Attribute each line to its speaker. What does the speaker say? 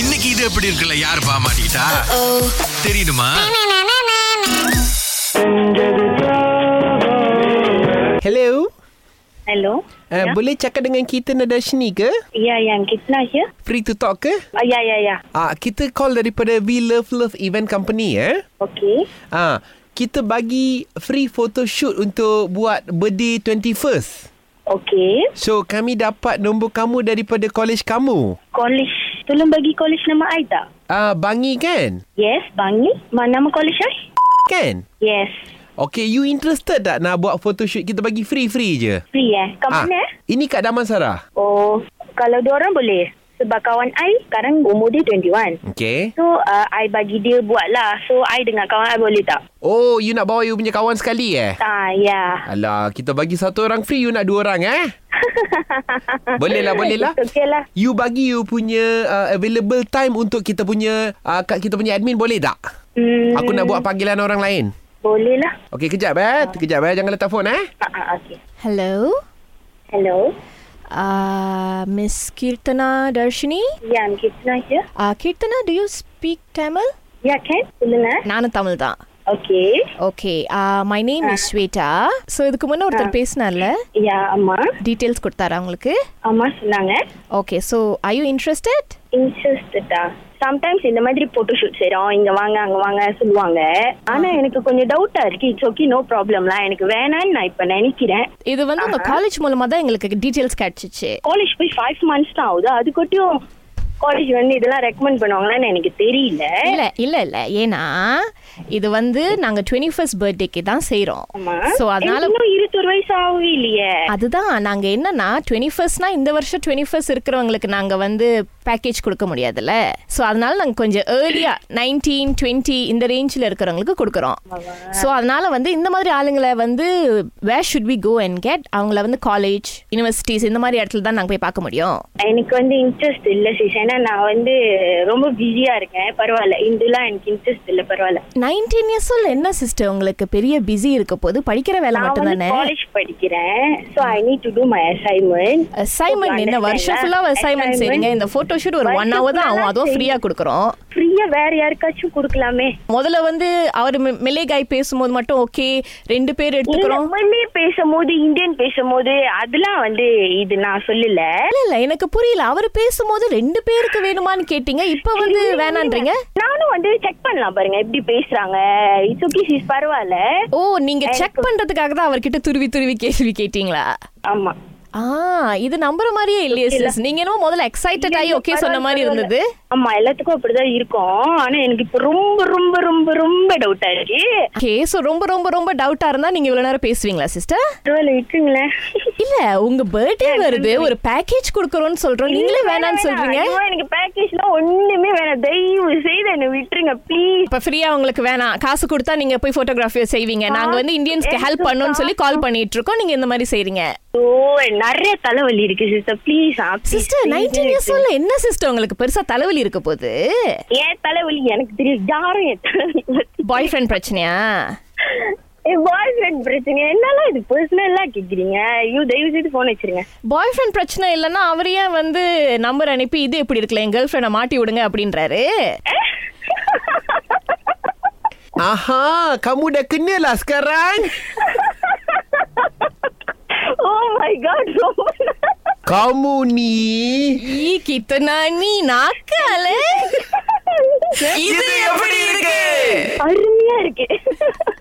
Speaker 1: இன்னைக்கு இது எப்படி இருக்குல்ல யார் பாமாட்டா தெரியுமா
Speaker 2: Hello.
Speaker 3: Hello.
Speaker 2: Uh,
Speaker 3: Ya.
Speaker 2: Boleh cakap dengan kita Nadashni ke?
Speaker 3: Ya, yang Kitna here.
Speaker 2: Free to talk ke?
Speaker 3: Uh, ya, ya, ya.
Speaker 2: Ah, kita call daripada We Love Love Event Company eh.
Speaker 3: Okay.
Speaker 2: Ah, kita bagi free photo shoot untuk buat birthday 21st.
Speaker 3: Okay.
Speaker 2: So kami dapat nombor kamu daripada college kamu.
Speaker 3: College. Tolong bagi college nama I tak?
Speaker 2: Ah, Bangi kan?
Speaker 3: Yes, Bangi. Ma, nama college I?
Speaker 2: Kan?
Speaker 3: Yes.
Speaker 2: Okay, you interested tak nak buat photo shoot? Kita bagi free-free je.
Speaker 3: Free eh? Kat
Speaker 2: Ah.
Speaker 3: mana eh?
Speaker 2: ini kat Damansara.
Speaker 3: Oh, kalau dua orang boleh. Sebab kawan I sekarang umur dia 21.
Speaker 2: Okay.
Speaker 3: So, uh, I bagi dia buat lah. So, I dengan kawan I boleh tak?
Speaker 2: Oh, you nak bawa you punya kawan sekali eh?
Speaker 3: Ah, ya.
Speaker 2: Alah, kita bagi satu orang free, you nak dua orang eh? boleh lah, boleh lah.
Speaker 3: It's okay lah.
Speaker 2: You bagi you punya uh, available time untuk kita punya uh, kat kita punya admin boleh tak?
Speaker 3: Hmm,
Speaker 2: Aku nak buat panggilan orang lain.
Speaker 3: Boleh lah.
Speaker 2: Okey, kejap eh. Kejap eh. Jangan letak phone eh.
Speaker 3: Ah, ah, okay.
Speaker 4: Hello,
Speaker 3: Hello.
Speaker 4: uh, Miss Kirtana Darshini.
Speaker 3: Yang Kitna here.
Speaker 4: Uh, Kirtana, do you speak Tamil?
Speaker 3: Ya, kan? Tolong eh?
Speaker 4: நானும் தமிழ் தான்
Speaker 3: Okay.
Speaker 4: Okay my name is Shweta so இதுக்கு முன்னே ஒருத்தர் பேசினார்ல
Speaker 3: Ya, Amma.
Speaker 4: Details கொடுத்தாரா உங்களுக்கு
Speaker 3: அம்மா சொன்னாங்க
Speaker 4: okay so I you interested
Speaker 3: இன்ட்ரெஸ்டடா சம்டைம்ஸ் இந்த மாதிரி போட்டோ ஷூட் செய்றோம் இங்க வாங்க அங்க வாங்க சொல்லுவாங்க ஆனா எனக்கு கொஞ்சம் டவுட்டா இருக்கு இட்ஸ் ஓகே நோ ப்ராப்ளம்லாம் எனக்கு வேணாம்னு நான் இப்ப நினைக்கிறேன்
Speaker 4: இது வந்து உங்கள் காலேஜ் மூலமாக தான் எங்களுக்கு டீட்டெயில்ஸ் கிடச்சிச்சு
Speaker 3: காலேஜ் போய் ஃபைவ் மந்த்ஸ் தான் ஆகுது அதுக்கொட்டியும் காலேஜ் வந்து இதெல்லாம் ரெக்கமெண்ட் பண்ணுவாங்களான்னு எனக்கு தெரியல
Speaker 4: இல்ல இல்ல இல்ல ஏன்னா இது வந்து நாங்க டுவெண்ட்டி ஃபர்ஸ்ட் பர்த்டேக்கு தான் செய்றோம்
Speaker 3: ஆமா
Speaker 4: ஸோ அதனால
Speaker 3: எனக்கு இன்னும் இருபத்தொரு வயசு ஆகவே இல்லையே
Speaker 4: அதுதான் நாங்க என்னன்னா டுவெண்ட்டி ஃபர்ஸ்ட்னா இந்த வருஷம் டுவெண்ட்டி ஃபர்ஸ்ட் இருக்கிறவங்களுக்கு நாங்க வந்து பேக்கேஜ் கொடுக்க முடியாதுல்ல ஸோ அதனால நாங்க கொஞ்சம் ஏர்லியா நைன்டீன் டுவெண்ட்டி இந்த ரேஞ்சில் இருக்கிறவங்களுக்கு கொடுக்குறோம் ஸோ அதனால வந்து இந்த மாதிரி ஆளுங்களை வந்து where should we go and get அவங்கள வந்து காலேஜ் யூனிவர்சிட்டிஸ் இந்த மாதிரி இடத்துல தான் நாங்க போய் பார்க்க முடியும்
Speaker 3: எனக்கு வந்து இன்ட்ரெஸ்ட் இல்ல சிஸ் ஏன்னா நான் வந்து ரொம்ப பிஸியா இருக்கேன் பரவாயில்ல இந்துலாம் எனக்கு இன்ட்ரெஸ்ட் இல்ல பரவாயில்ல
Speaker 4: நைன்டீன் இயர்ஸ் என்ன சிஸ்டர் உங்களுக்கு பெரிய பிஸி இருக்க போது படிக்கிற வேலை
Speaker 3: நான்
Speaker 4: மட்டும்
Speaker 3: வந்து
Speaker 4: தானே
Speaker 3: காலேஜ் படிக்கிறேன் so I need to to my assignment
Speaker 4: assignment என்ன வருஷம் ஃபுல்லா அசைன்மெண்ட் செய்றீங்க இந்த போட்டோ ஷூட் ஒரு ஒன் hour தான் ஆகும் அதுவும் ஃப்ரீயா கொடுக்குறோம்
Speaker 3: ஃப்ரீயா வேற யாருக்காச்சும் கொடுக்கலாமே
Speaker 4: முதல்ல வந்து அவர் மில்லேகாய் பேசும்போது மட்டும் ஓகே ரெண்டு பேர் எடுத்துக்கிறோம்
Speaker 3: நம்மளே பேசும்போது இந்தியன் பேசும்போது அதெல்லாம் வந்து இது நான் சொல்லல
Speaker 4: இல்ல இல்ல எனக்கு புரியல அவர் பேசும்போது ரெண்டு பேருக்கு வேணுமான்னு கேட்டீங்க இப்ப வந்து வேணான்றீங்க
Speaker 3: நானும் வந்து செக் பண்ணலாம் பாருங்க எப்படி பேசுறாங்க இட்ஸ் ஓகே சீஸ் பரவாயில்ல
Speaker 4: ஓ நீங்க செக் பண்றதுக்காக தான் அவர்கிட்ட துருவி துருவி கேள்வி கேட்டீங்களா
Speaker 3: ஆமா
Speaker 4: ஆ இது நம்புற மாதிரியே இல்லையே சிஸ் நீங்க என்னமோ முதல்ல எக்ஸைட்டட் ஆகி ஓகே சொன்ன மாதிரி இருந்தது
Speaker 3: ஆமா எல்லாத்துக்கும் அப்படிதான் இருக்கும் ஆனா எனக்கு இப்ப ரொம்ப ரொம்ப ரொம்ப ரொம்ப டவுட்டா இருக்கு
Speaker 4: ஓகே சோ ரொம்ப ரொம்ப ரொம்ப டவுட்டா இருந்தா நீங்க இவ்வளவு நேரம் பேசுவீங்களா சிஸ்டர்
Speaker 3: பரவாயில்ல விட்டுங்களேன்
Speaker 4: இல்ல உங்க பர்த்டே வருது ஒரு பேக்கேஜ் குடுக்கறோம்னு சொல்றோம் நீங்களே வேணாம்னு சொல்றீங்க
Speaker 3: ஐயோ, எனக்கு பேக்கேஜ்லாம் ஒண்ணுமே வேணாம் தயவு செய்து என்னை விட்டுருங்க ப்ளீஸ்
Speaker 4: இப்ப ஃப்ரீயா உங்களுக்கு வேணாம் காசு கொடுத்தா நீங்க போய் போட்டோகிராஃபி செய்வீங்க நாங்க வந்து இந்தியன்ஸ்க்கு ஹெல்ப் பண்ணணும்னு சொல்லி கால் பண்ணிட்டு இருக்கோம் நீங்க இந்த மாதிரி செய்றீங்க
Speaker 3: ஓ நிறைய தலைவலி இருக்கு sister please
Speaker 4: sister nineteen years ஓல்ல என்ன சிஸ்டர் உங்களுக்கு பெருசா தலைவலி இருக்க போது
Speaker 3: ஏன் தலைவலி எனக்கு தெரியும் யாரும் என் தலைவலி பத்தி-
Speaker 4: பாய் ஃப்ரெண்ட் பிரச்சனையா
Speaker 3: என் பாய் ஃப்ரெண்ட் பிரச்சனை என்னெல்லாம் இது பர்சனலா கேக்குறீங்க ஐயோ தயவு செய்து போன் வச்சிருங்க
Speaker 4: பாய் ஃப்ரெண்ட் பிரச்சனை இல்லைன்னா அவர் ஏன் வந்து நம்பர் அனுப்பி இது எப்படி இருக்கல என் கேர்ள் ஃப்ரெண்டை மாட்டி விடுங்க அப்படின்றாரு
Speaker 2: Aha, kamu dah kenalah sekarang.
Speaker 3: Oh my God Oh ரொம்ப
Speaker 2: Kamu ni...
Speaker 4: ஈ கித்தனா நீ நாக்கால இது
Speaker 2: எப்படி இருக்கு
Speaker 3: அருமையா இருக்கு